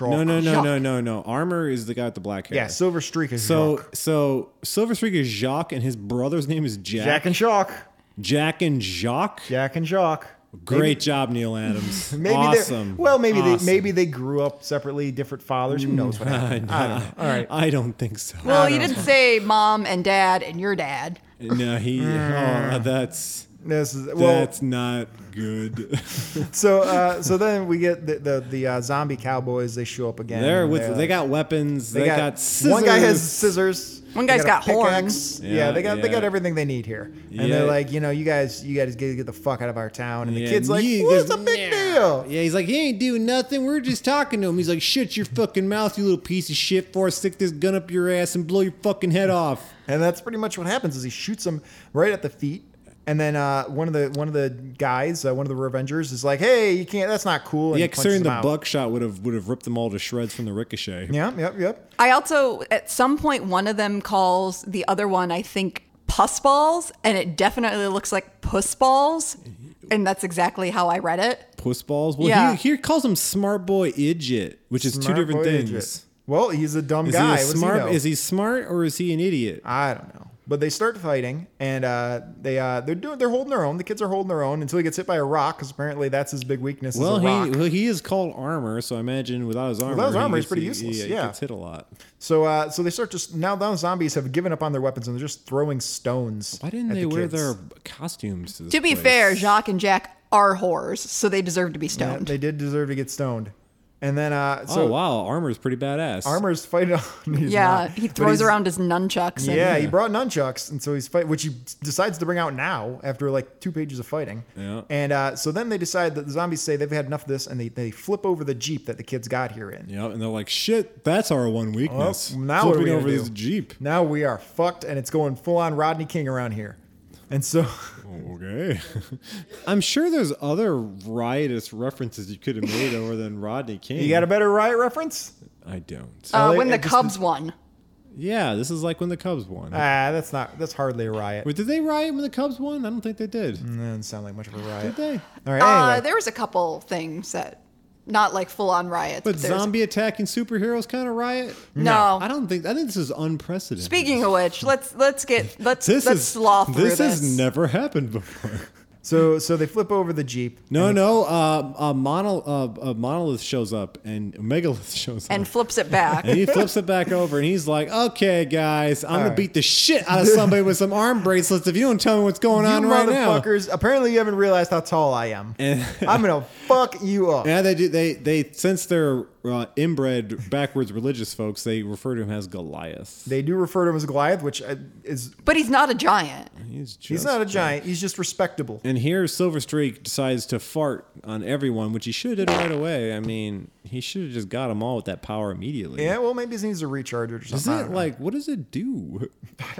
C: No, no, no,
D: Jacques.
C: no, no, no. Armor is the guy with the black hair.
B: Yeah, Silver Streak is
C: So,
B: Jacques.
C: so Silver Streak is Jacques, and his brother's name is Jack.
B: Jack and Shock.
C: Jack and Jacques.
B: Jack and Shock.
C: Great job, Neil Adams.
B: Maybe
C: awesome.
B: they well maybe
C: Awesome.
B: they maybe they grew up separately, different fathers. Who knows what happened? I don't know. Ah, All right.
C: I don't think so.
D: Well, you didn't say mom and dad and your dad.
C: no, he. Oh, that's
B: This is Mm. well.
C: That's not good.
B: So uh, so then we get the the, the uh, zombie cowboys. They show up again.
C: They're
B: and
C: with.
B: they're
C: They
B: like-
C: got weapons. They,
B: they
C: got, scissors.
B: One guy has scissors.
D: One
B: they
D: guy's
B: a
D: got
B: pickaxe.
D: horns.
B: Yeah,
C: Yeah,
B: they got they
C: yeah.
B: got everything they need here. And
C: Yeah.
B: they're like, you know, you guys, you guys get, get the fuck out of our town. And the
C: Yeah,
B: kid's like,
C: you-
B: what's the
C: there's-
B: big
C: yeah.
B: deal?
C: Yeah, he's like, he ain't doing nothing. We're just talking to him. He's like, shut your fucking mouth, you little piece of shit. Before I stick this gun up your ass and blow your fucking head off.
B: And that's pretty much what happens is he shoots him right at the feet. And then uh, one of the one of the guys, uh, one of the Revengers, is like, "Hey, you can't. That's not cool." And
C: Yeah,
B: he punches
C: considering
B: him
C: the
B: out.
C: buckshot would have would have ripped them all to shreds from the ricochet.
B: Yep, yep, yep.
D: I also, at some point, one of them calls the other one, I think, puss balls, and it definitely looks like puss balls. And that's exactly how I read it.
C: Puss balls. Well,
D: Yeah.
C: he, he calls him smart boy idiot, which is
B: Smart
C: two different
B: boy
C: things.
B: idiot. Well, he's a dumb
C: Is
B: guy.
C: he a
B: What does
C: smart?
B: know? Ah,
C: Is he smart or is he an idiot?
B: I don't know. But they start fighting, and uh, they uh, they're doing they're holding their own. The kids are holding their own until he gets hit by a rock, because apparently that's his big weakness. is
C: Well,
B: a
C: he
B: rock.
C: well, he is called armor, so I imagine without his armor,
B: Without his
C: he
B: armor, he's
C: gets-
B: pretty
C: he-
B: useless,
C: Yeah,
B: yeah.
C: he gets hit a lot.
B: So uh, so they start just now. Now zombies have given up on their weapons and they're just throwing stones.
C: Why didn't
B: at
C: they
B: the
C: wear
B: kids.
C: their costumes? To, this
D: To be
C: place?
D: fair, Jacques and Jack are whores, so they deserve to be
B: Yeah,
D: stoned.
B: they did deserve to get stoned. And then uh, so
C: oh wow, armor's pretty badass.
B: armor's fighting. he's
D: yeah,
B: not,
D: he
B: but
D: throws
B: he's-
D: around his nunchucks. And,
B: Yeah, he brought nunchucks, and so he's fight, which he decides to bring out now after like two pages of fighting.
C: Yeah.
B: And uh, so then they decide that the zombies say they've had enough of this, and they, they flip over the jeep that the kids got here in.
C: Yeah, and they're like, "Shit, that's our one weakness."
B: Well, now what are
C: Flipping
B: we gonna
C: over this
B: do?
C: jeep.
B: Now we are fucked, and it's going full on Rodney King around here. And so
C: Okay. I'm sure there's other riotous references you could have made over than Rodney King.
B: you got a better riot reference?
C: I don't.
D: uh,
B: Well,
D: when
B: it-
D: the
B: it just-
D: Cubs won.
C: yeah, this is like when the Cubs won.
B: Ah, that's not that's hardly a riot.
C: Wait, did they riot when the Cubs won? I don't think they did.
B: Doesn't sound like much of a riot.
C: Did they?
B: All right,
D: Uh,
B: anyway.
D: there was a couple things that, not like full on riots,
C: But
D: but, there's.
C: zombie attacking superheroes kind of riot?
D: No.
C: I don't think. I think this is unprecedented.
D: Speaking of which, let's let's get let's
C: this
D: let's
C: is
D: slaw through this.
C: this has never happened before.
B: so so they flip over the jeep.
C: No, no. Uh, a, mono, uh, a monolith shows up and a megalith shows up.
D: and flips it back.
C: And he flips it back over and he's like, okay, guys, I'm going
B: right.
C: to beat the shit out of somebody with some arm bracelets if you don't tell me what's going on
B: you
C: right now.
B: motherfuckers! Apparently, you haven't realized how tall I am. I'm gonna fuck you up.
C: Yeah, they do. They, they since they're uh, inbred backwards religious folks, they refer to him as Goliath.
B: They do refer to him as Goliath, which uh, is
D: But he's not a giant.
C: He's, just,
B: he's not a giant. He's just respectable.
C: And here Silver Streak decides to fart on everyone, which he should have did right away. I mean, he should have just got them all with that power immediately.
B: Yeah, well, maybe he needs a recharger or something.
C: Is
B: I don't
C: it
B: know.
C: like what does it do?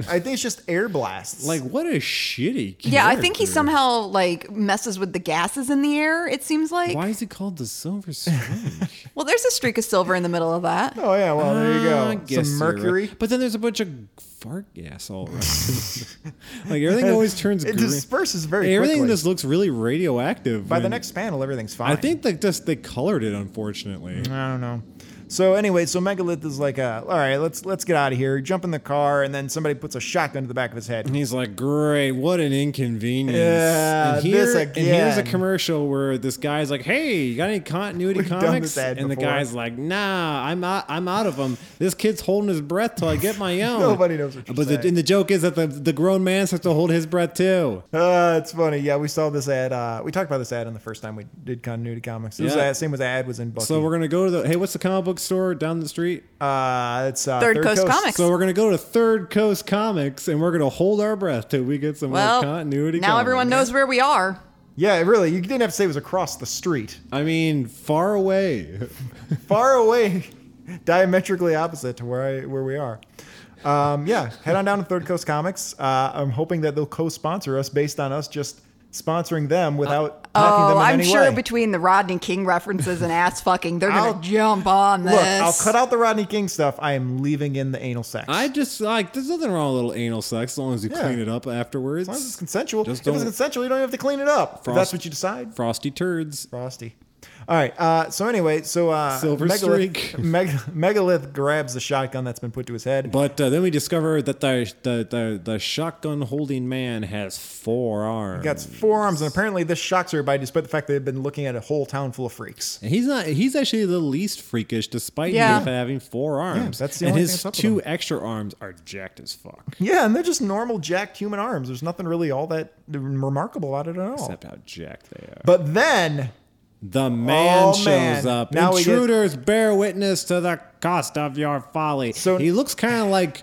B: I think it's just air blasts.
C: Like what a shitty. Character.
D: Yeah, I think he somehow like messes with the gases in the air. It seems like.
C: Why is it called the Silver Streak?
D: Well, there's a streak of silver in the middle of that.
B: oh yeah, well there you
C: Ah, I
B: go.
C: guess
B: Some
C: you're right.
B: mercury.
C: But then there's a bunch of fart gas all around. like everything always turns
B: It
C: green.
B: disperses very
C: Everything
B: quickly.
C: just looks really radioactive.
B: By the
C: when-
B: next panel, everything's fine.
C: I think they just they colored it unfortunately.
B: I don't know. So anyway, so Megalith is like, uh, all right, let's let's get out of here. Jump in the car, and then somebody puts a shotgun to the back of his head.
C: And he's like, "Great, what an inconvenience!"
B: Yeah,
C: and,
B: this
C: and here's a
B: again.
C: commercial where this guy's like, "Hey, you got any continuity
B: We've done
C: comics?"
B: this ad
C: And the
B: before.
C: guy's like, "Nah, I'm out. I'm out of them. This kid's holding his breath till I get my own."
B: Nobody knows what you're
C: But the,
B: saying.
C: and the joke is that the the grown man has to hold his breath too.
B: Uh, it's funny. Yeah, we saw this ad. Uh, we talked about this ad on the first time we did continuity comics. It was
C: Yeah.
B: the same as the ad was in Bucky.
C: So we're gonna go to the hey, what's the comic book store down the street?
B: uh, it's uh,
D: Third Coast Comics.
C: So we're gonna go to Third Coast Comics, and we're gonna hold our breath till we get some
D: well,
C: more continuity.
D: now everyone
C: comics.
D: knows where we are.
B: Yeah, really. You didn't have to say it was across the street,
C: I mean, far away.
B: far away, diametrically opposite to where I where we are. Um, yeah, head on down to Third Coast Comics. Uh, I'm hoping that they'll co-sponsor us based on us just sponsoring them without knocking them
D: Oh,
B: in
D: I'm
B: any
D: sure
B: way.
D: between the Rodney King references and ass fucking, they're gonna
B: I'll-
D: jump on this.
B: Look, I'll cut out the Rodney King stuff. I am leaving in the anal sex.
C: I just like there's nothing wrong with a little anal sex as long as you
B: Yeah.
C: clean it up
B: As
C: afterwards.
B: long as it's consensual.
C: Just
B: if it's
C: don't-
B: consensual, you don't have to clean it up. If
C: Frost-
B: that's what you decide.
C: Frosty turds.
B: Frosty. All right. Uh, so anyway, so uh,
C: Silver
B: Megalith,
C: streak.
B: Meg- Megalith grabs the shotgun that's been put to his head.
C: But uh, then we discover that the the, the, the shotgun holding man has four arms.
B: He got four arms, and apparently this shocks everybody, despite the fact they've been looking at a whole town full of freaks.
C: And He's not. He's actually the least freakish, despite
D: Yeah.
C: him having four arms.
B: that's the
C: and
B: only thing
C: his
B: that's up with
C: two extra arms are jacked as fuck.
B: Yeah, and they're just normal jacked human arms. There's nothing really all that remarkable about it at all.
C: Except how jacked they are.
B: But then
C: The man
B: Oh,
C: shows
B: man.
C: up.
B: Now we get-
C: Intruders bear witness to the cost of your folly.
B: So-
C: he looks kind of like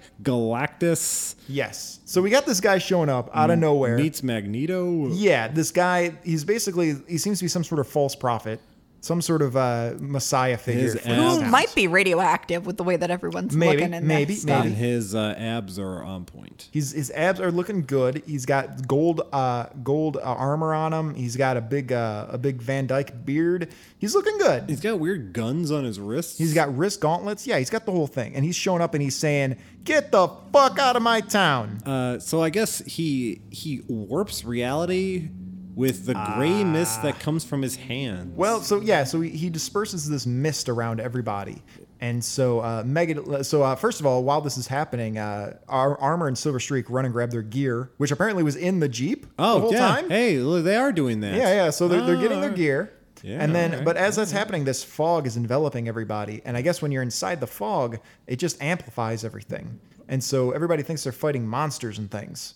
C: Galactus
B: Yes. So we got this guy showing up out
C: Mm,
B: of nowhere.
C: meets Magneto.
B: yeah, this guy, he's basically, he seems to be some sort of false prophet, some sort of uh, messiah figure.
C: His
B: for
C: ass-
B: this
D: Who
B: town.
D: might be radioactive with the way that everyone's
B: Maybe,
D: looking in
B: maybe,
D: that stuff.
B: maybe.
C: And his uh, abs are on point.
B: He's, his abs are looking good. He's got gold, uh, gold uh, armor on him. He's got a big, uh, a big Van Dyke beard. He's looking good.
C: He's got weird guns on his wrists.
B: He's got wrist gauntlets. Yeah, he's got the whole thing. And he's showing up and he's saying, "Get the fuck out of my town."
C: Uh, so I guess he he warps reality with the gray mist that comes from his hands.
B: Well, so yeah, so he, he disperses this mist around everybody, and so uh, Mega. So uh, first of all, while this is happening, uh, our armor and Silver Streak run and grab their gear, which apparently was in the jeep the
C: oh
B: whole
C: yeah,
B: time.
C: hey, look, they are doing that.
B: Yeah, yeah. So they're, they're
C: Oh,
B: getting their gear.
C: Yeah,
B: and then,
C: alright,
B: but as that's happening, this fog is enveloping everybody. And I guess when you're inside the fog, it just amplifies everything. And so everybody thinks they're fighting monsters and things.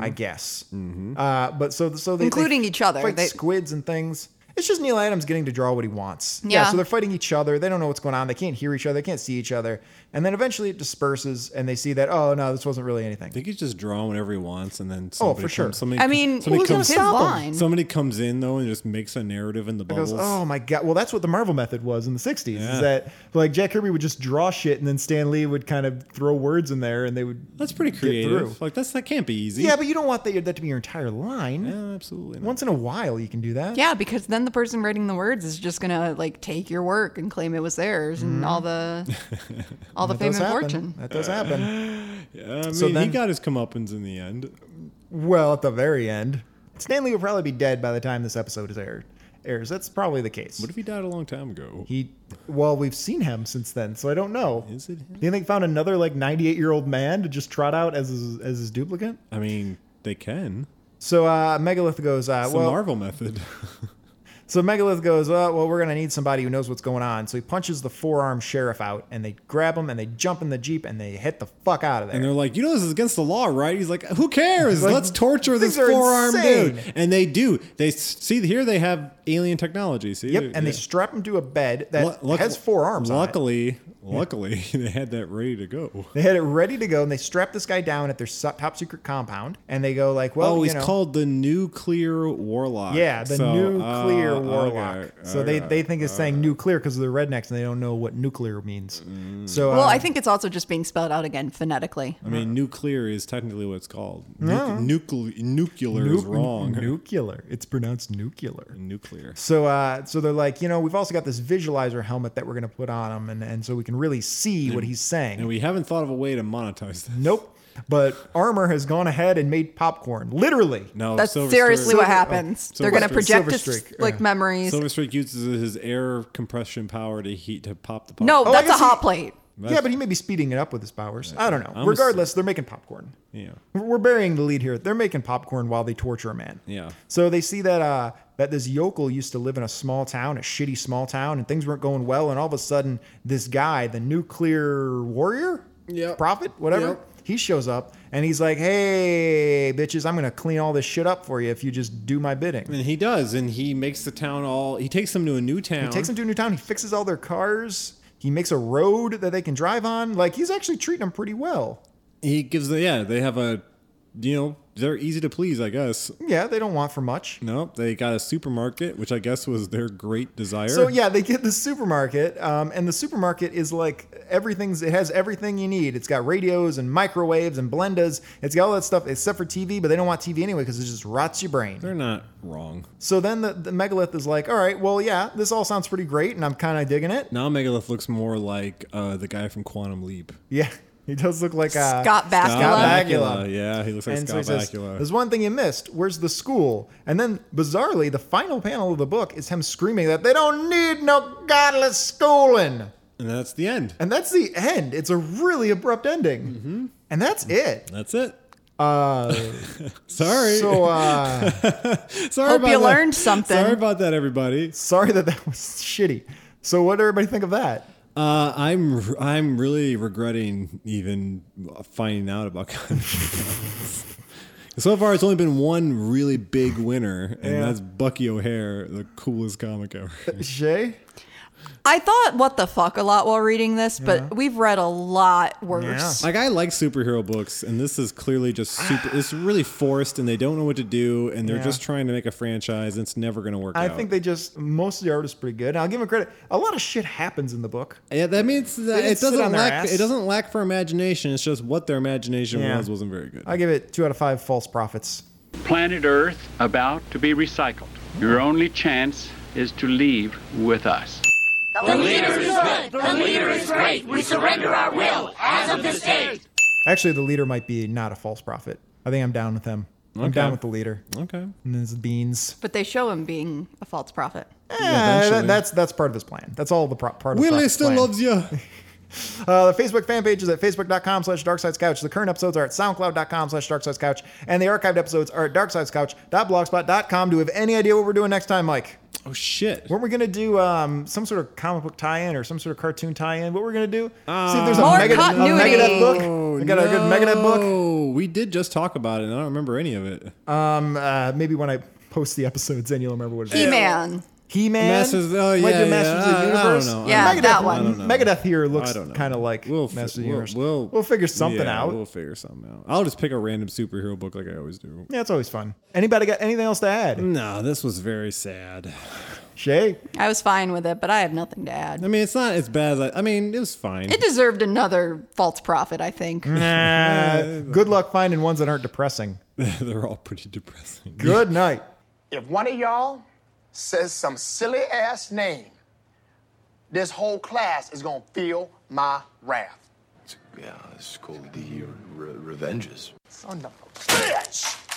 B: I guess. Uh, but so, so they they
D: Including each other.
B: fight
D: They-
B: squids and things. It's just Neil Adams getting to draw what he wants.
D: Yeah.
B: So they're fighting each other. They don't know what's going on. They can't hear each other. They can't see each other. And then eventually it disperses, and they see that oh no, this wasn't really anything.
C: I think he's just drawing whenever he wants, and then somebody
B: Oh, for
C: comes,
B: sure.
C: Somebody,
D: I mean,
C: somebody
D: who's gonna
C: comes,
D: stop His him? line.
C: somebody comes in though and just makes a narrative in the
B: It goes,
C: bubbles.
B: oh my god. Well, that's what the Marvel method was in the '60s. Is
C: Yeah.
B: that like Jack Kirby would just draw shit, and then Stan Lee would kind of throw words in there, and they would.
C: that's pretty
B: through.
C: creative. Like that's that can't be easy.
B: Yeah, but you don't want that, that to be your entire line.
C: Yeah, absolutely. Not.
B: Once in a while, you can do that.
D: Yeah, because then the person writing the words is just gonna like take your work and claim it was theirs and all the all the
B: Mm-hmm. That
D: fame
B: does
D: and
B: happen.
D: fortune.
B: That does happen.
C: Yeah, I mean,
B: So then-
C: he got his comeuppance in the end.
B: well, at the very end, Stan Lee will probably be dead by the time this episode is aired. Airs. That's probably the case.
C: What if he died a long time ago?
B: he? Well, we've seen him since then, so I don't know.
C: Is it him?
B: Do you think they found another like 98 year old man to just trot out as his, as his duplicate?
C: I mean, they can.
B: So uh, Megalith goes. Uh,
C: It's
B: well,
C: the Marvel method.
B: So Megalith goes, oh, well, we're going to need somebody who knows what's going on. So he punches the forearm sheriff out, and they grab him, and they jump in the Jeep, and they hit the fuck out of there.
C: And they're like, you know, this is against the law, right? He's like, who cares?
B: Like,
C: Let's torture
B: these
C: this
B: are
C: forearm
B: insane.
C: dude. And they do. They s- see here they have alien technology. See,
B: yep, and they strap him to a bed that has four arms on it.
C: Luckily, luckily, they had that ready to go.
B: They had it ready to go, and they strap this guy down at their so- top secret compound, and they go like, well,
C: oh,
B: you
C: he's
B: know-
C: called the nuclear warlock.
B: Yeah, the
C: So,
B: nuclear
C: uh,
B: warlock.
C: okay,
B: so they,
C: okay.
B: they think it's saying nuclear because they're rednecks and they don't know what nuclear means.
C: Mm.
B: So
D: Well,
B: uh,
D: I think it's also just being spelled out again phonetically.
B: Oh,
C: I mean, nuclear is technically what it's called. Nu- nucle- nuclear is
B: nu-
C: wrong.
B: Nuclear. It's pronounced nuclear.
C: nuclear.
B: So, uh, so they're like, you know, we've also got this visualizer helmet that we're going to put on him, and, and so we can really see what he's saying.
C: And we haven't thought of a way to monetize that.
B: nope. But Armor has gone ahead and made popcorn, literally.
C: No,
D: That's
C: Silver
D: seriously
C: Streak-
D: what happens.
C: Silver
D: They're gonna
C: Streak.
D: project
B: oh, Silver
D: us,
B: Streak,
D: like
B: yeah.
D: memories.
C: Silver Streak uses his air compression power to heat to pop the pop.
D: no,
B: Oh, I
D: that's a
B: guess he-
D: hot plate.
B: yeah, but he may be speeding it up with his powers. I don't know.
C: I'm
B: Regardless, they're making popcorn.
C: Yeah.
B: We're we're burying the lead here. They're making popcorn while they torture a man.
C: Yeah.
B: So they see that uh, that this yokel used to live in a small town, a shitty small town, and things weren't going well. And all of a sudden, this guy, the nuclear warrior,
C: Yep.
B: prophet, whatever,
C: Yep.
B: he shows up and he's like, "Hey, bitches, I'm gonna clean all this shit up for you if you just do my bidding."
C: And he does, and he makes the town all. He takes them to a new town.
B: He takes them to a new town. He fixes all their cars. He makes a road that they can drive on. Like he's actually treating them pretty well.
C: He gives them. Yeah, they have a. You know, they're easy to please, I guess.
B: Yeah, they don't want for much.
C: No, they got a supermarket, which I guess was their great desire.
B: So yeah, they get the supermarket, um, and the supermarket is like everything's. It has everything you need. It's got radios and microwaves and blendas. It's got all that stuff except for TV, but they don't want TV anyway because it just rots your brain.
C: they're not wrong.
B: So then the, the megalith is like, all right, well yeah, this all sounds pretty great, and I'm kind of digging it.
C: Now Megalith looks more like uh, the guy from Quantum Leap.
B: Yeah, He does look like a
D: Scott Bakula.
B: Scott Bakula.
C: Yeah, he looks like
B: And so
C: Scott
B: he says,
C: Bakula.
B: There's one thing you missed. Where's the school? And then, bizarrely, the final panel of the book is him screaming that they don't need no godless schooling.
C: and that's the end.
B: And that's the end. It's a really abrupt ending.
C: Mm-hmm.
B: And that's it.
C: That's it. Uh, sorry.
B: So, uh,
C: sorry
D: Hope
C: about
D: you
C: that.
D: learned something.
C: Sorry about that, everybody.
B: sorry that that was shitty. So, what did everybody think of that?
C: Uh, I'm I'm really regretting even finding out about Comic-Con. So far, it's only been one really big winner, and
B: Yeah.
C: that's Bucky O'Hare, the coolest comic ever.
B: Shay?
D: I thought what the fuck a lot while reading this, but we've read a lot worse.
C: Like I like superhero books, and this is clearly just super. It's really forced, and they don't know what to do, and they're
B: Yeah.
C: just trying to make a franchise, and it's never going to work
B: I
C: out.
B: think they just, most of the art is pretty good. And I'll give them credit. A lot of shit happens in the book.
C: yeah, that means that
B: didn't
C: it
B: sit
C: doesn't
B: on their
C: lack.
B: ass.
C: It doesn't lack for imagination. It's just what their imagination
B: Yeah.
C: was wasn't very good.
B: I give it two out of five false prophets.
E: Planet Earth about to be recycled. Your only chance is to leave with us.
F: The leader is good. The leader is great. We surrender our will as of this day.
B: Actually, the leader might be not a false prophet. I think I'm down with him. I'm
C: Okay.
B: down with the leader.
C: okay.
B: And his beans.
D: But they show him being a false prophet.
B: Yeah, that-
C: Eventually.
B: that's that's part of his plan. That's all the pro- part of the
C: Willie
B: prophet's
C: still
B: plan.
C: loves you.
B: Uh, the Facebook fan page is at facebook.com slash darksidescouch. The current episodes are at soundcloud.com slash darksidescouch. And the archived episodes are at darksidescouch.blogspot.com. Do we have any idea what we're doing next time, Mike?
C: Oh shit.
B: Weren't we going to do um, some sort of comic book tie-in or some sort of cartoon tie-in? What we're going to do? See if there's a,
D: More
B: Megadeth-
D: continuity.
B: a Megadeth book. We got a good Megadeth book.
C: No, We did just talk about it, and I don't remember any of it.
B: Uh, maybe when I post the episodes, then you'll remember what it is.
D: He Man.
B: He-Man.
C: Masters- oh, yeah,
B: Legend of
C: yeah,
B: Masters of the
C: I- I don't
B: Universe.
C: know.
D: Yeah,
B: Megadeth,
D: that one.
C: don't know.
B: Megadeth here
C: I
B: looks
C: don't know.
B: kind of like
C: fi-
B: Masters of the
C: we'll-
B: Universe.
C: We'll,
B: we'll figure something
C: yeah,
B: out.
C: We'll figure something out. I'll just pick a random superhero book like I always do.
B: Yeah, it's always fun. Anybody got anything else to add?
C: No, this was very sad.
B: Shay?
D: I was fine with it, but I have nothing to add.
C: I mean, it's not as bad as I, I mean, it was fine.
D: It deserved another false prophet, I think.
B: Uh, Good luck finding ones that aren't depressing.
C: They're all pretty depressing.
B: Good night.
G: If one of y'all says some silly ass name, this whole class is gonna feel my wrath.
H: Yeah, it's called the re- revenges.
G: Son of a bitch!